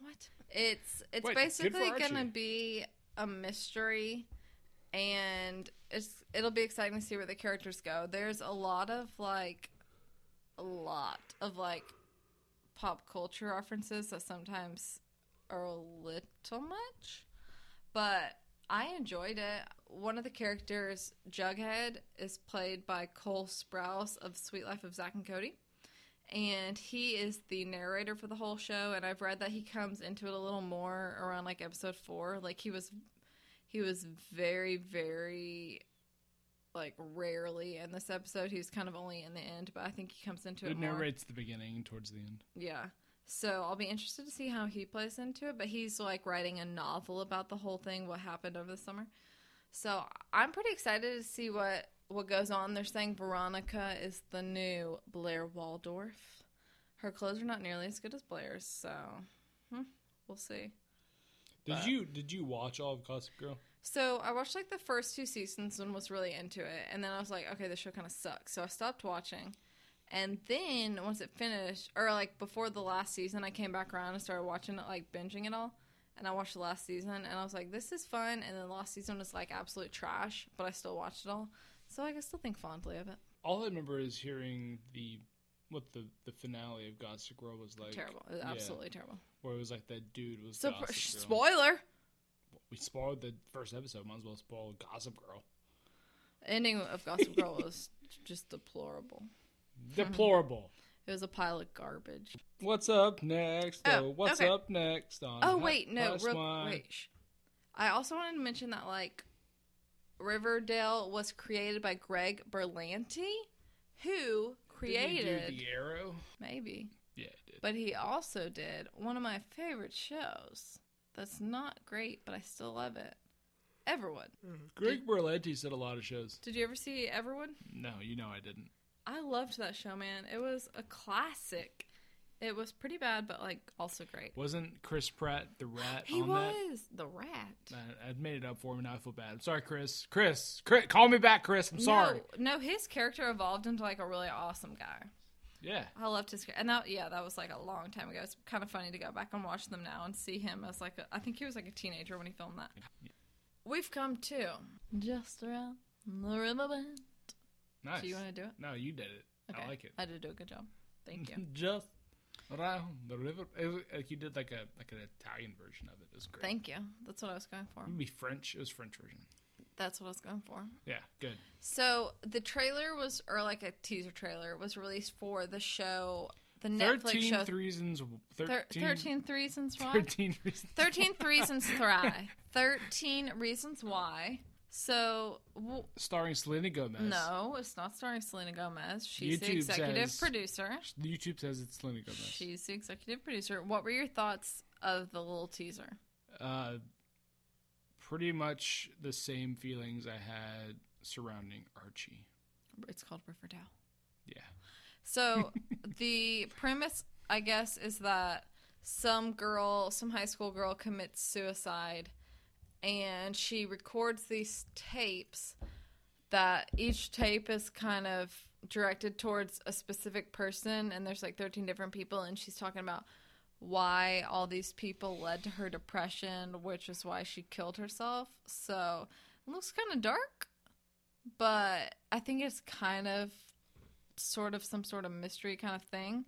Speaker 1: what it's it's
Speaker 2: Wait, good
Speaker 1: basically
Speaker 2: for
Speaker 1: gonna
Speaker 2: Archie.
Speaker 1: be a mystery and it's it'll be exciting to see where the characters go there's a lot of like a lot of like pop culture references that sometimes are a little much but i enjoyed it one of the characters jughead is played by cole sprouse of sweet life of zach and cody and he is the narrator for the whole show and i've read that he comes into it a little more around like episode four like he was he was very very like rarely in this episode he was kind of only in the end but i think he comes into it,
Speaker 2: It
Speaker 1: more
Speaker 2: narrates the beginning and towards the end.
Speaker 1: yeah so i'll be interested to see how he plays into it but he's like writing a novel about the whole thing what happened over the summer so i'm pretty excited to see what what goes on they're saying veronica is the new blair waldorf her clothes are not nearly as good as blair's so hmm, we'll see
Speaker 2: Did
Speaker 1: But-
Speaker 2: you did you watch all of Gossip Girl?
Speaker 1: so I watched like the first two seasons and was really into it, and then I was like, okay, this show kind of sucks. So I stopped watching, and then once it finished, or like before the last season, I came back around and started watching it, like binging it all. And I watched the last season, and I was like, this is fun. And then the last season was like absolute trash, but I still watched it all, so like I still think fondly of it.
Speaker 2: all I remember is hearing the what the the finale of Gossip Girl was like.
Speaker 1: terrible, It was
Speaker 2: yeah,
Speaker 1: absolutely terrible.
Speaker 2: Where it was like that dude was
Speaker 1: So
Speaker 2: Gossip
Speaker 1: sh-
Speaker 2: Girl.
Speaker 1: spoiler
Speaker 2: we spoiled the first episode. Might as well spoil Gossip Girl.
Speaker 1: ending of Gossip Girl was just deplorable. Mm-hmm.
Speaker 2: Deplorable.
Speaker 1: It was a pile of garbage.
Speaker 2: What's up next?
Speaker 1: Oh,
Speaker 2: Oh, what's
Speaker 1: okay.
Speaker 2: up next? On
Speaker 1: Oh
Speaker 2: Hot
Speaker 1: wait, no,
Speaker 2: Plus
Speaker 1: real,
Speaker 2: One?
Speaker 1: wait. sh- I also wanted to mention that like Riverdale was created by Greg Berlanti, who
Speaker 2: Didn't he do
Speaker 1: created
Speaker 2: the Arrow.
Speaker 1: maybe,
Speaker 2: Yeah, it did.
Speaker 1: but he also did one of my favorite shows. That's not great, but I still love it. Everwood.
Speaker 2: Greg Berlanti did a lot of shows.
Speaker 1: Did you ever see Everwood?
Speaker 2: No, you know I didn't.
Speaker 1: I loved that show, man. It was a classic. It was pretty bad, but like also great.
Speaker 2: Wasn't Chris Pratt the rat
Speaker 1: He
Speaker 2: on
Speaker 1: was
Speaker 2: that?
Speaker 1: the rat.
Speaker 2: I, I made it up for him, and I feel bad. I'm sorry, Chris. Chris, Chris, call me back, Chris. I'm sorry.
Speaker 1: No, no, his character evolved into like a really awesome guy.
Speaker 2: Yeah.
Speaker 1: I loved his and that yeah, that was like a long time ago. It's kind of funny to go back and watch them now and see him as like a, I think he was like a teenager when he filmed that. We've come to just around the river bend.
Speaker 2: Nice.
Speaker 1: So you want to do it?
Speaker 2: no, you did it. I like it.
Speaker 1: I did do a good job. Thank you.
Speaker 2: Just around the river. It was, like you did like a like an Italian version of it. It was great. Mm-hmm.
Speaker 1: Thank you. That's what I was going for.
Speaker 2: It would be French. It was French version.
Speaker 1: That's what I was going for.
Speaker 2: Yeah, good.
Speaker 1: So the trailer was, or like a teaser trailer, was released for the show, the Netflix
Speaker 2: Thirteen
Speaker 1: show,
Speaker 2: reasons.
Speaker 1: Thir-
Speaker 2: 13,
Speaker 1: 13 Reasons Why.
Speaker 2: 13 reasons.
Speaker 1: 13 Reasons Why. 13 Reasons Why. So, w-
Speaker 2: Starring Selena Gomez.
Speaker 1: no, it's not starring Selena Gomez. She's the
Speaker 2: YouTube
Speaker 1: executive
Speaker 2: says-
Speaker 1: producer.
Speaker 2: YouTube says it's Selena Gomez.
Speaker 1: She's the executive producer. What were your thoughts of the little teaser?
Speaker 2: uh, pretty much the same feelings I had surrounding Archie.
Speaker 1: It's called Riverdale.
Speaker 2: Yeah.
Speaker 1: So the premise, I guess, is that some girl, some high school girl, commits suicide, and she records these tapes. That each tape is kind of directed towards a specific person, and there's like 13 different people, and she's talking about why all these people led to her depression, which is why she killed herself. So it looks kind of dark, but I think it's kind of sort of some sort of mystery kind of thing.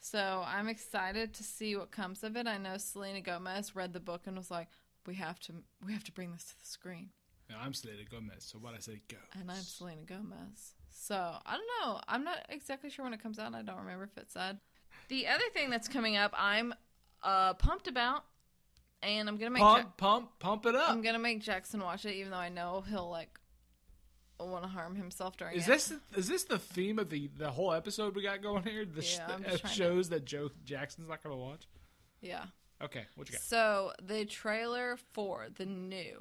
Speaker 1: So I'm excited to see what comes of it. I know Selena Gomez read the book and was like, "We have to, we have to bring this to the screen."
Speaker 2: Now, I'm Selena Gomez, so what I say goes.
Speaker 1: And I'm Selena Gomez, so I don't know. I'm not exactly sure when it comes out. I don't remember if it said. The other thing that's coming up, I'm uh, pumped about, and I'm gonna make Ja-
Speaker 2: Pump, pump, pump it
Speaker 1: I'm
Speaker 2: up.
Speaker 1: gonna make Jackson watch it, even though I know he'll like want to harm himself during
Speaker 2: Is
Speaker 1: it.
Speaker 2: this is this the theme of the, the whole episode we got going here? The, sh-
Speaker 1: Yeah, I'm
Speaker 2: the
Speaker 1: just trying to-
Speaker 2: shows that Joe Jackson's not going to watch.
Speaker 1: yeah.
Speaker 2: Okay, what you got?
Speaker 1: So the trailer for the new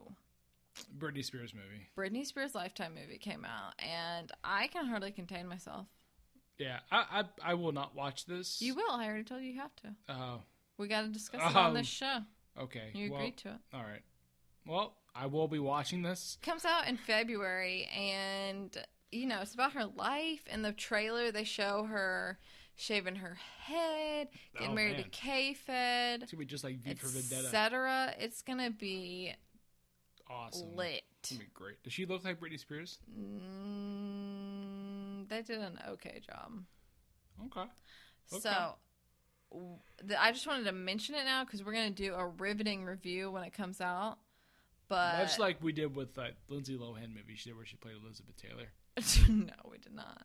Speaker 2: Britney Spears movie.
Speaker 1: Britney Spears Lifetime movie came out, and I can hardly contain myself.
Speaker 2: Yeah, I I, I will not watch this.
Speaker 1: You will. I already told you you have to.
Speaker 2: Oh,
Speaker 1: We got to discuss it on
Speaker 2: Oh.
Speaker 1: this show.
Speaker 2: okay.
Speaker 1: You
Speaker 2: well,
Speaker 1: agreed to it.
Speaker 2: All right. Well, I will be watching this.
Speaker 1: Comes out in February, and you know it's about her life. In the trailer, they show her shaving her head, getting
Speaker 2: Oh,
Speaker 1: married
Speaker 2: man.
Speaker 1: to K Fed,
Speaker 2: It's gonna be just like V for Vendetta.
Speaker 1: etc. It's gonna be
Speaker 2: awesome.
Speaker 1: lit.
Speaker 2: It's gonna be great. Does she look like Britney Spears?
Speaker 1: Mm, they did an okay job.
Speaker 2: Okay. Okay.
Speaker 1: So w- th- I just wanted to mention it now because we're going to do a riveting review when it comes out. But
Speaker 2: That's like we did with that Lindsay Lohan movie she did where she played Elizabeth Taylor.
Speaker 1: no, we did not.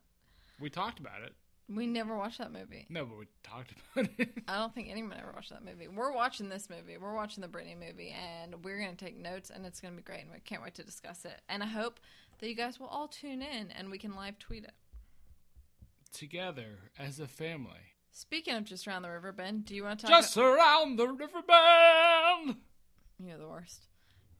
Speaker 2: We talked about it.
Speaker 1: We never watched that movie.
Speaker 2: No, but we talked about it.
Speaker 1: I don't think anyone ever watched that movie. We're watching this movie. We're watching the Britney movie, and we're going to take notes, and it's going to be great. And we can't wait to discuss it. And I hope that you guys will all tune in, and we can live tweet it.
Speaker 2: Together as a family.
Speaker 1: Speaking of just around the river, Ben, do you want to talk?
Speaker 2: Just around the river bend.
Speaker 1: about- You're the worst.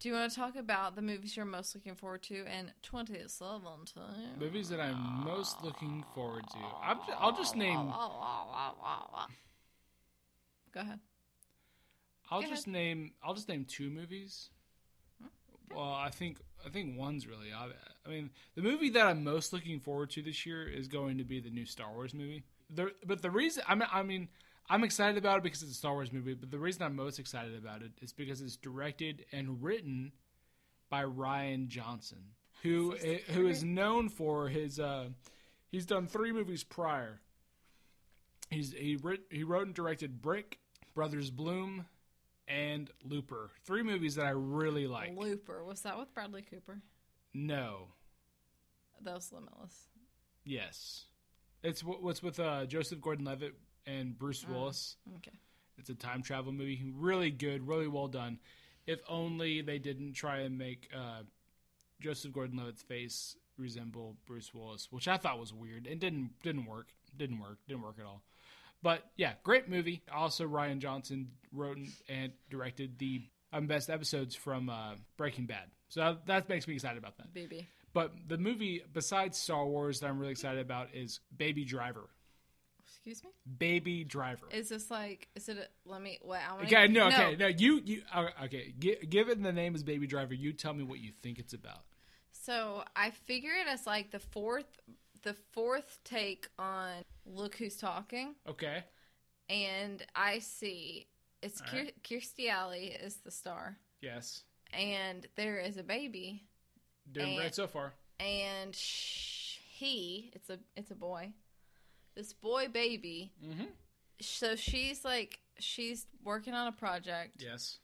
Speaker 1: Do you want to talk about the movies you're most looking forward to in 2017?
Speaker 2: Movies that I'm most looking forward to. I'm ju- I'll just
Speaker 1: Oh,
Speaker 2: name.
Speaker 1: Go ahead.
Speaker 2: I'll
Speaker 1: Go
Speaker 2: just name. I'll just name two movies. Well, I think I think one's really obvious. I mean, the movie that I'm most looking forward to this year is going to be the new Star Wars movie. The, but the reason I mean, I mean, I'm excited about it because it's a Star Wars movie. But the reason I'm most excited about it is because it's directed and written by Ryan Johnson, who who is known for his. Uh, he's done three movies prior. He's he writ, he wrote and directed Brick, Brothers Bloom, and Looper. Three movies that I really like.
Speaker 1: Looper. Was that with Bradley Cooper?
Speaker 2: No.
Speaker 1: That was Limitless.
Speaker 2: Yes. It's wh- what's with uh, Joseph Gordon-Levitt and Bruce Willis.
Speaker 1: Okay.
Speaker 2: It's a time travel movie. Really good. Really well done. If only they didn't try and make uh, Joseph Gordon-Levitt's face resemble Bruce Willis, which I thought was weird and didn't didn't work. Didn't work. Didn't work at all. But yeah, great movie. Also, Ryan Johnson wrote and- and directed the um, best episodes from uh, Breaking Bad. So that makes me excited about that.
Speaker 1: BB.
Speaker 2: But the movie besides Star Wars that I'm really excited about is Baby Driver.
Speaker 1: Excuse me.
Speaker 2: Baby Driver.
Speaker 1: Is this like? Is it? A, let me. What? I want.
Speaker 2: Okay, no, okay, no. You, you, uh, okay. Gi- Given the name is Baby Driver, you tell me what you think it's about.
Speaker 1: So I figure it as like the fourth, the fourth take on Look Who's Talking,
Speaker 2: Okay,
Speaker 1: and I see it's
Speaker 2: All right.
Speaker 1: Kirstie Alley is the star,
Speaker 2: yes,
Speaker 1: and there is a baby,
Speaker 2: Doing
Speaker 1: And-
Speaker 2: great so far.
Speaker 1: and sh- he it's a it's a boy, this boy baby.
Speaker 2: Mm-hmm.
Speaker 1: So she's like she's working on a project,
Speaker 2: Yes.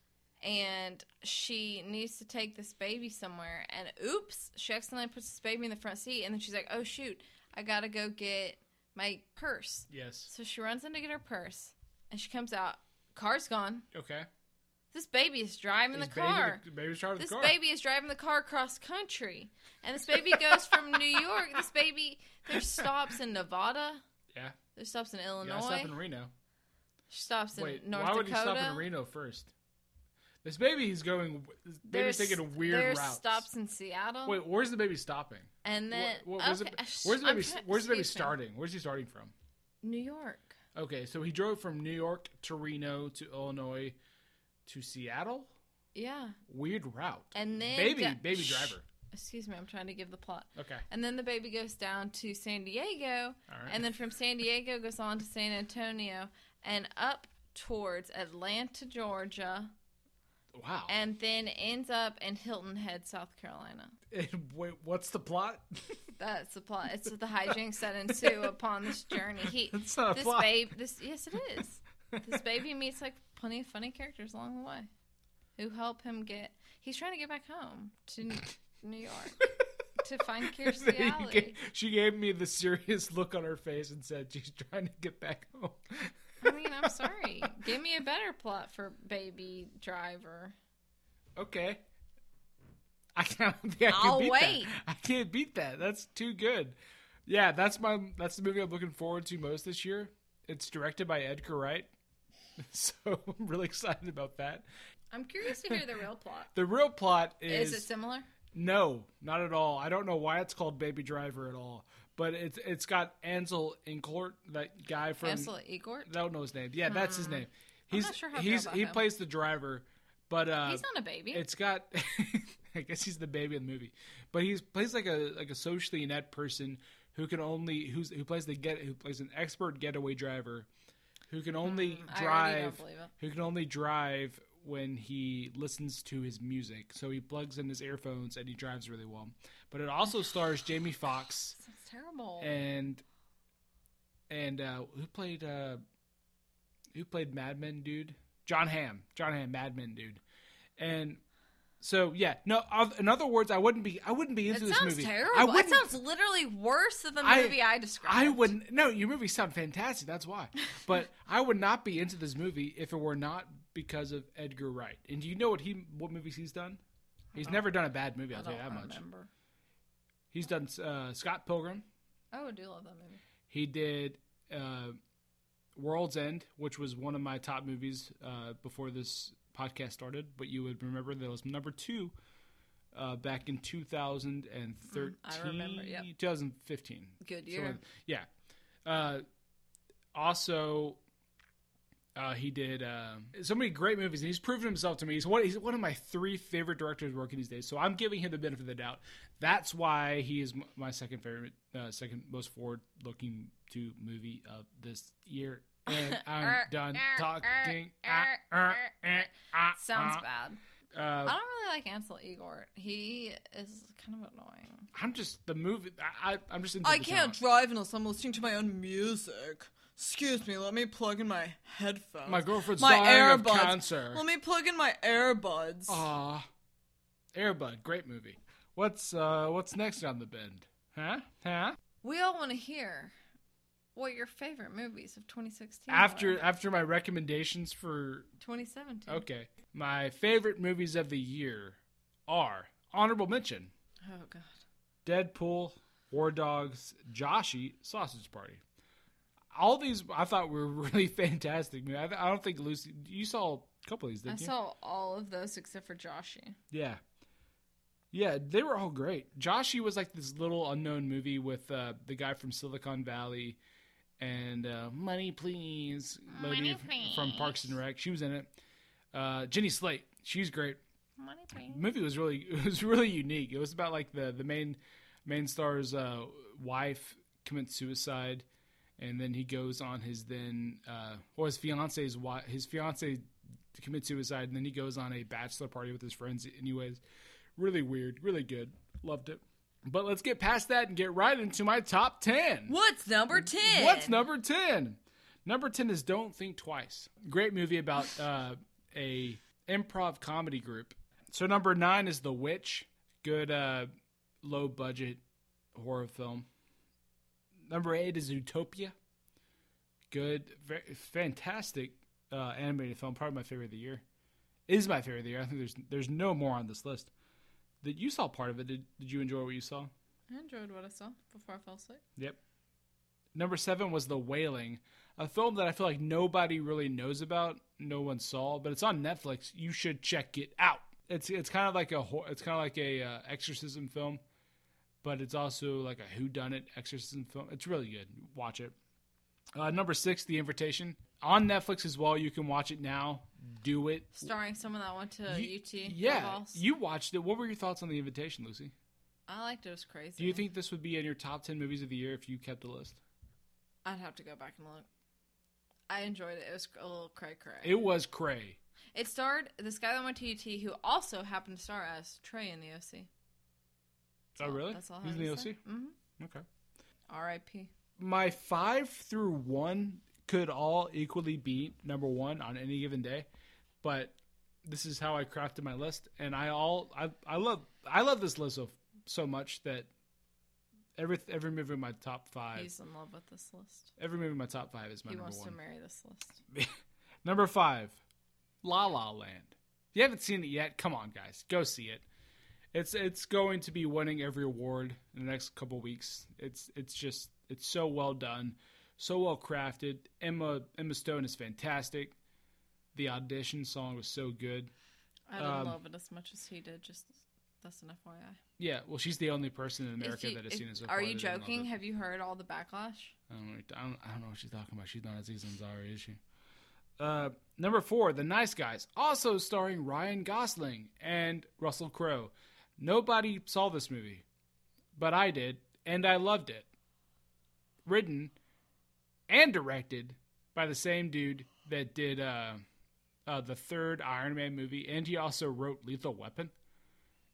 Speaker 1: and she needs to take this baby somewhere. And oops, she accidentally puts this baby in the front seat, and then she's like, "Oh shoot, I gotta go get my purse."
Speaker 2: Yes.
Speaker 1: So she runs in to get her purse, and she comes out. Car's gone.
Speaker 2: Okay.
Speaker 1: This baby is driving
Speaker 2: Is
Speaker 1: the
Speaker 2: baby
Speaker 1: car.
Speaker 2: The, baby's driving
Speaker 1: this
Speaker 2: the car.
Speaker 1: baby is driving the car cross country, and this baby goes from New York. This baby, there's stops in Nevada.
Speaker 2: Yeah.
Speaker 1: There's stops in Illinois.
Speaker 2: Yeah, I stopped in Reno.
Speaker 1: She stops in
Speaker 2: Wait,
Speaker 1: North
Speaker 2: why would
Speaker 1: Dakota.
Speaker 2: he stop in Reno first? This baby, he's going. This baby's
Speaker 1: There's-
Speaker 2: taking weird
Speaker 1: there's
Speaker 2: routes.
Speaker 1: stops in Seattle.
Speaker 2: Wait, where's the baby stopping?
Speaker 1: and then
Speaker 2: Wh- wh- where's,
Speaker 1: okay,
Speaker 2: the,
Speaker 1: sh-
Speaker 2: where's the
Speaker 1: I'm
Speaker 2: baby?
Speaker 1: trying-
Speaker 2: Where's the baby
Speaker 1: excuse me.
Speaker 2: starting? Where's he starting from?
Speaker 1: New York.
Speaker 2: Okay, so he drove from New York to Reno to Illinois to Seattle.
Speaker 1: Yeah,
Speaker 2: Weird route.
Speaker 1: and then
Speaker 2: baby,
Speaker 1: go-
Speaker 2: baby
Speaker 1: Shh.
Speaker 2: driver.
Speaker 1: Excuse me, I'm trying to give the plot.
Speaker 2: Okay,
Speaker 1: And then the baby goes down to San Diego,
Speaker 2: all right.
Speaker 1: And then from San Diego goes on to San Antonio and up towards Atlanta, Georgia,
Speaker 2: wow.
Speaker 1: and then ends up in Hilton Head, South Carolina.
Speaker 2: And wait, what's the plot?
Speaker 1: That's the plot. It's the hijinks that ensue upon this journey. He,
Speaker 2: That's not a
Speaker 1: this
Speaker 2: plot.
Speaker 1: babe, this yes, it is. This baby meets like plenty of funny characters along the way, who help him get. He's trying to get back home to N- New York to find
Speaker 2: She
Speaker 1: Kirstie Alley.
Speaker 2: gave, she gave me the serious look on her face and said she's trying to get back home.
Speaker 1: I mean, I'm sorry. Give me a better plot for Baby Driver.
Speaker 2: okay. I can't I don't think I can
Speaker 1: I'll
Speaker 2: beat
Speaker 1: wait.
Speaker 2: that. I can't beat that. That's too good. Yeah, that's my that's the movie I'm looking forward to most this year. It's directed by Edgar Wright. So I'm really excited about that.
Speaker 1: I'm curious to hear the real plot.
Speaker 2: The real plot
Speaker 1: Is,
Speaker 2: is,
Speaker 1: it similar?
Speaker 2: no, not at all. I don't know why it's called Baby Driver at all. But it's it's got Ansel Incourt, that guy from
Speaker 1: Ansel Igor?
Speaker 2: I don't know his name. Yeah, that's his name. He's
Speaker 1: not sure how I feel
Speaker 2: he's
Speaker 1: about
Speaker 2: he
Speaker 1: him.
Speaker 2: plays the driver, but uh,
Speaker 1: He's not a baby.
Speaker 2: it's got. I guess he's the baby in the movie, but he plays like a like a socially inept person who can only who's who plays the get who plays an expert getaway driver, who can only
Speaker 1: Hmm, I already don't
Speaker 2: drive
Speaker 1: believe it.
Speaker 2: who can only drive when he listens to his music. So he plugs in his earphones and he drives really well. But it also stars Jamie Foxx
Speaker 1: It's terrible.
Speaker 2: and and uh who played uh who played Mad Men dude? John Hamm. John Hamm, Mad Men dude. And so yeah, no. oth- In other words, I wouldn't be I wouldn't be
Speaker 1: That
Speaker 2: into this
Speaker 1: sounds
Speaker 2: movie. I
Speaker 1: terrible. That
Speaker 2: wouldn't.
Speaker 1: sounds literally worse than the
Speaker 2: I-
Speaker 1: movie I, described.
Speaker 2: I wouldn't. No, your movies sound fantastic. That's why. But I would not be into this movie if it were not because of Edgar Wright. And do you know what he what movies he's done? He's never done a bad movie.
Speaker 1: Oh. I
Speaker 2: I'll
Speaker 1: don't
Speaker 2: tell you that much.
Speaker 1: remember.
Speaker 2: He's done uh, Scott Pilgrim.
Speaker 1: Oh, I do love that movie.
Speaker 2: He did uh, World's End, which was one of my top movies uh, before this podcast started. But you would remember that was number two uh, back in 2013.
Speaker 1: Mm, I remember, yep.
Speaker 2: 2015.
Speaker 1: Good
Speaker 2: So,
Speaker 1: year.
Speaker 2: yeah. Uh, also, uh, he did um so many great movies, and he's proven himself to me. He's one, he's one of my three favorite directors working these days. So I'm giving him the benefit of the doubt. That's why he is m- my second favorite, uh, second most forward-looking to movie of this year. And I'm
Speaker 1: Er,
Speaker 2: done
Speaker 1: er,
Speaker 2: talking.
Speaker 1: er,
Speaker 2: Ah, er,
Speaker 1: er,
Speaker 2: eh, ah,
Speaker 1: Sounds
Speaker 2: ah.
Speaker 1: bad. I
Speaker 2: Uh,
Speaker 1: don't really like Ansel Igor. He is kind of annoying.
Speaker 2: I'm just the movie. I, I, I'm just. Into the genre.
Speaker 1: drive unless I'm listening to my own music. Excuse me, let me plug in my headphones.
Speaker 2: My girlfriend's
Speaker 1: My
Speaker 2: dying
Speaker 1: earbuds.
Speaker 2: of cancer.
Speaker 1: me plug in my earbuds.
Speaker 2: Aw. Airbud, great movie. What's uh what's next on the bend? Huh? Huh?
Speaker 1: We all want to hear what your favorite movies of 2016
Speaker 2: After
Speaker 1: were.
Speaker 2: after my recommendations for
Speaker 1: 2017.
Speaker 2: okay. My favorite movies of the year are honorable mention.
Speaker 1: Oh god.
Speaker 2: Deadpool, War Dogs, Joshi, Sausage Party. All these I thought were really fantastic. I, I don't think Lucy you saw a couple of these,
Speaker 1: I
Speaker 2: didn't you?
Speaker 1: saw all of those except for Joshy.
Speaker 2: Yeah. Yeah, they were all great. Joshi was like this little unknown movie with uh, the guy from Silicon Valley and uh, Money Please lady
Speaker 1: Money
Speaker 2: f- from Parks and Rec. She was in it. Uh, Jenny Slate, she's great.
Speaker 1: Money
Speaker 2: The movie was really it was really unique. It was about like the the main main star's uh, wife commits suicide, and then he goes on his then uh, or his fiance's wi- his fiance to commit suicide, and then he goes on a bachelor party with his friends. Anyways, really weird, really good, loved it. But let's get past that and get right into my top ten.
Speaker 1: What's number 10?
Speaker 2: What's number 10? Number 10 is Don't Think Twice. Great movie about uh, a improv comedy group. So number 9 is The Witch. Good uh, low budget horror film. Number 8 is Utopia. Good ve- fantastic uh, animated film, probably my favorite of the year. It is my favorite of the year. I think there's there's no more on this list. That you saw part of it. Did, did you enjoy what you saw?
Speaker 1: I enjoyed what I saw before I fell asleep.
Speaker 2: Yep. Number seven was The Wailing, a film that I feel like nobody really knows about, no one saw, but it's on Netflix. You should check it out. It's it's kind of like a hor- it's kind of like a uh, exorcism film, but it's also like a whodunit exorcism film. It's really good. Watch it. Uh, number six, The Invitation, on Netflix as well. You can watch it now. Do it.
Speaker 1: Starring someone that went to
Speaker 2: You-
Speaker 1: UT.
Speaker 2: yeah,
Speaker 1: Rebels.
Speaker 2: you watched it. What were your thoughts on The Invitation, Lucy?
Speaker 1: I liked it. It was crazy.
Speaker 2: Do you think this would be in your top ten movies of the year if you kept a list?
Speaker 1: I'd have to go back and look. I enjoyed it. It was a little cray cray. It,
Speaker 2: It was cray.
Speaker 1: starred this guy that went to UT who also happened to star as Trey in the OC.
Speaker 2: Oh, really?
Speaker 1: That's all I
Speaker 2: He's
Speaker 1: have
Speaker 2: in the
Speaker 1: to say.
Speaker 2: OC.
Speaker 1: Mm-hmm.
Speaker 2: Okay.
Speaker 1: R.I.P.
Speaker 2: My five through one could all equally be number one on any given day, but this is how I crafted my list, and I all I I love I love this list so so much that every every movie in my top five
Speaker 1: He's in love with this list.
Speaker 2: every movie in my top five is my
Speaker 1: He
Speaker 2: number
Speaker 1: wants
Speaker 2: one.
Speaker 1: to marry this list.
Speaker 2: Number five, La La Land. If you haven't seen it yet, come on, guys, go see it. It's it's going to be winning every award in the next couple weeks. It's it's just it's so well done, so well crafted. Emma Emma Stone is fantastic. The audition song was so good.
Speaker 1: I didn't
Speaker 2: Um,
Speaker 1: love it as much as he did. Just that's an FYI.
Speaker 2: Yeah, well, she's the only person in
Speaker 1: If
Speaker 2: America
Speaker 1: you-
Speaker 2: that has
Speaker 1: if-
Speaker 2: seen it. So
Speaker 1: are
Speaker 2: far
Speaker 1: you
Speaker 2: that didn't love
Speaker 1: joking?
Speaker 2: it.
Speaker 1: Have you heard all the backlash?
Speaker 2: I don't, know, I don't, I don't know what she's talking about. She's not Aziz Ansari, is she? Uh, number four, The Nice Guys, also starring Ryan Gosling and Russell Crowe. Nobody saw this movie, but I did, and I loved it. Written and directed by the same dude that did uh, uh, the third Iron Man movie, and he also wrote Lethal Weapon.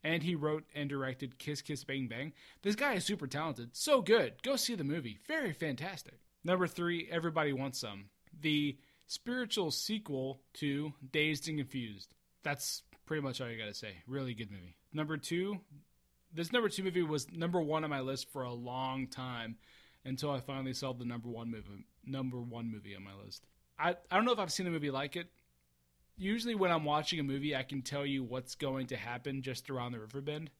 Speaker 2: And he wrote and directed Kiss Kiss Bang Bang. This guy is super talented. So good. Go see the movie. Very fantastic. Number three, Everybody Wants Some. The spiritual sequel to Dazed and Confused. That's pretty much all you gotta say. Really good movie. Number two, this number two movie was number one on my list for a long time until I finally saw the number one movie number one movie on my list. I, I don't know if I've seen a movie like it usually when I'm watching a movie, I can tell you what's going to happen just around the river bend.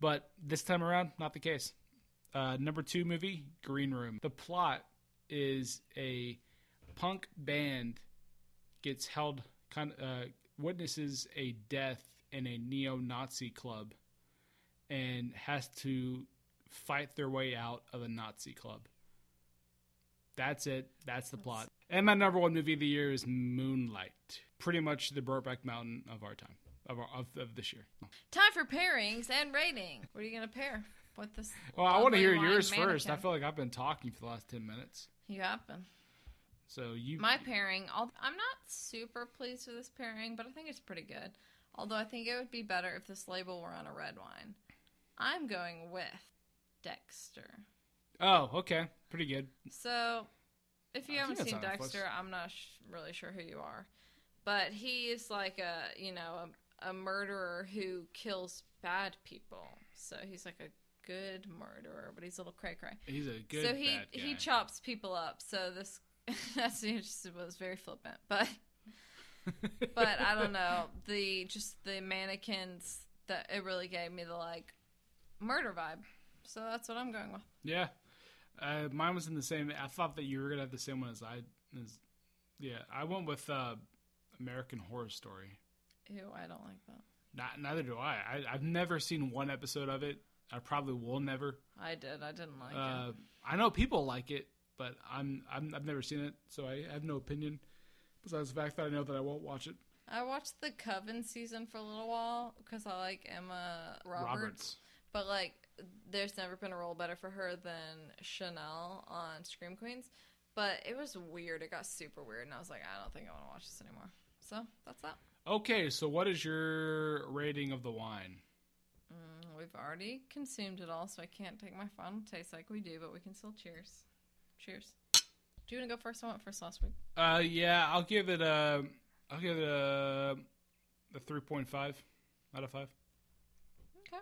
Speaker 2: But this time around, not the case. Uh, number two movie, Green Room. The plot is a punk band gets held, kind uh, witnesses a death in a neo-Nazi club, and has to fight their way out of a Nazi club. That's it. That's the plot. And my number one movie of the year is Moonlight. Pretty much the Brokeback Mountain of our time, of our, of, of this year.
Speaker 1: Time for pairings and rating. What are you gonna pair? What this?
Speaker 2: Well, I want
Speaker 1: lovely
Speaker 2: to hear
Speaker 1: wine
Speaker 2: yours
Speaker 1: mannequin?
Speaker 2: first. I feel like I've been talking for the last ten minutes.
Speaker 1: You got them.
Speaker 2: So you,
Speaker 1: My pairing. al- I'm not super pleased with this pairing, but I think it's pretty good. Although I think it would be better if this label were on a red wine. I'm going with Dexter.
Speaker 2: oh, okay, pretty good.
Speaker 1: So, if you
Speaker 2: I
Speaker 1: haven't
Speaker 2: think
Speaker 1: seen
Speaker 2: that's on Netflix.
Speaker 1: Dexter, I'm not sh- really sure who you are, but he is like a you know a, a murderer who kills bad people. So he's like a good murderer, but he's a little cray cray.
Speaker 2: He's a good.
Speaker 1: so he
Speaker 2: bad guy.
Speaker 1: he chops people up. So this that's just it was very flippant, but but I don't know the just the mannequins that it really gave me the like murder vibe. So that's what I'm going with.
Speaker 2: yeah, uh, mine was in the same. I thought that you were gonna have the same one as I. As, yeah, I went with uh, American Horror Story.
Speaker 1: Ew, I don't like that.
Speaker 2: Not, neither do I. I. I've never seen one episode of it. I probably will never.
Speaker 1: I did. I didn't like it.
Speaker 2: Uh, I know people like it, but I'm, I'm I've never seen it, so I have no opinion. Besides the fact that I know that I won't watch it.
Speaker 1: I watched the Coven season for a little while because I like Emma Roberts, but like there's never been a role better for her than Chanel on Scream Queens. But it was weird. It got super weird, and I was like, I don't think I want to watch this anymore. So that's that.
Speaker 2: Okay, so what is your rating of the wine?
Speaker 1: Mm, we've already consumed it all, so I can't take my final taste like we do, but we can still cheers. Cheers. Do you want to go first? I went first last week.
Speaker 2: Uh, yeah, I'll give it a, I'll give it a, a three point five out of five.
Speaker 1: Okay.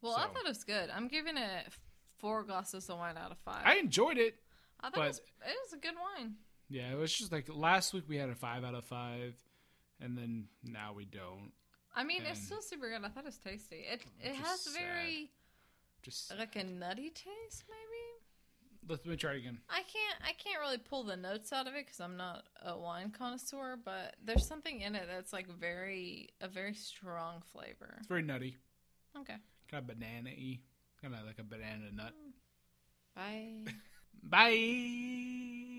Speaker 1: Well, I
Speaker 2: So-
Speaker 1: thought it was good. I'm giving it four glasses of wine out of five.
Speaker 2: I enjoyed it.
Speaker 1: I thought
Speaker 2: but-
Speaker 1: it, was, it was a good wine.
Speaker 2: Yeah, it was just like last week we had a five out of five, and then now we don't.
Speaker 1: I mean, it's
Speaker 2: And-
Speaker 1: still super good. I thought it was tasty. It it
Speaker 2: Mm. Just
Speaker 1: has
Speaker 2: sad.
Speaker 1: very
Speaker 2: Just
Speaker 1: like a nutty taste, maybe.
Speaker 2: let me try it again.
Speaker 1: I can't I can't really pull the notes out of it because I'm not a wine connoisseur, but there's something in it that's like very a very strong flavor.
Speaker 2: It's very nutty,
Speaker 1: Okay,
Speaker 2: kind of banana y, kind of like a banana nut.
Speaker 1: bye.
Speaker 2: Bye.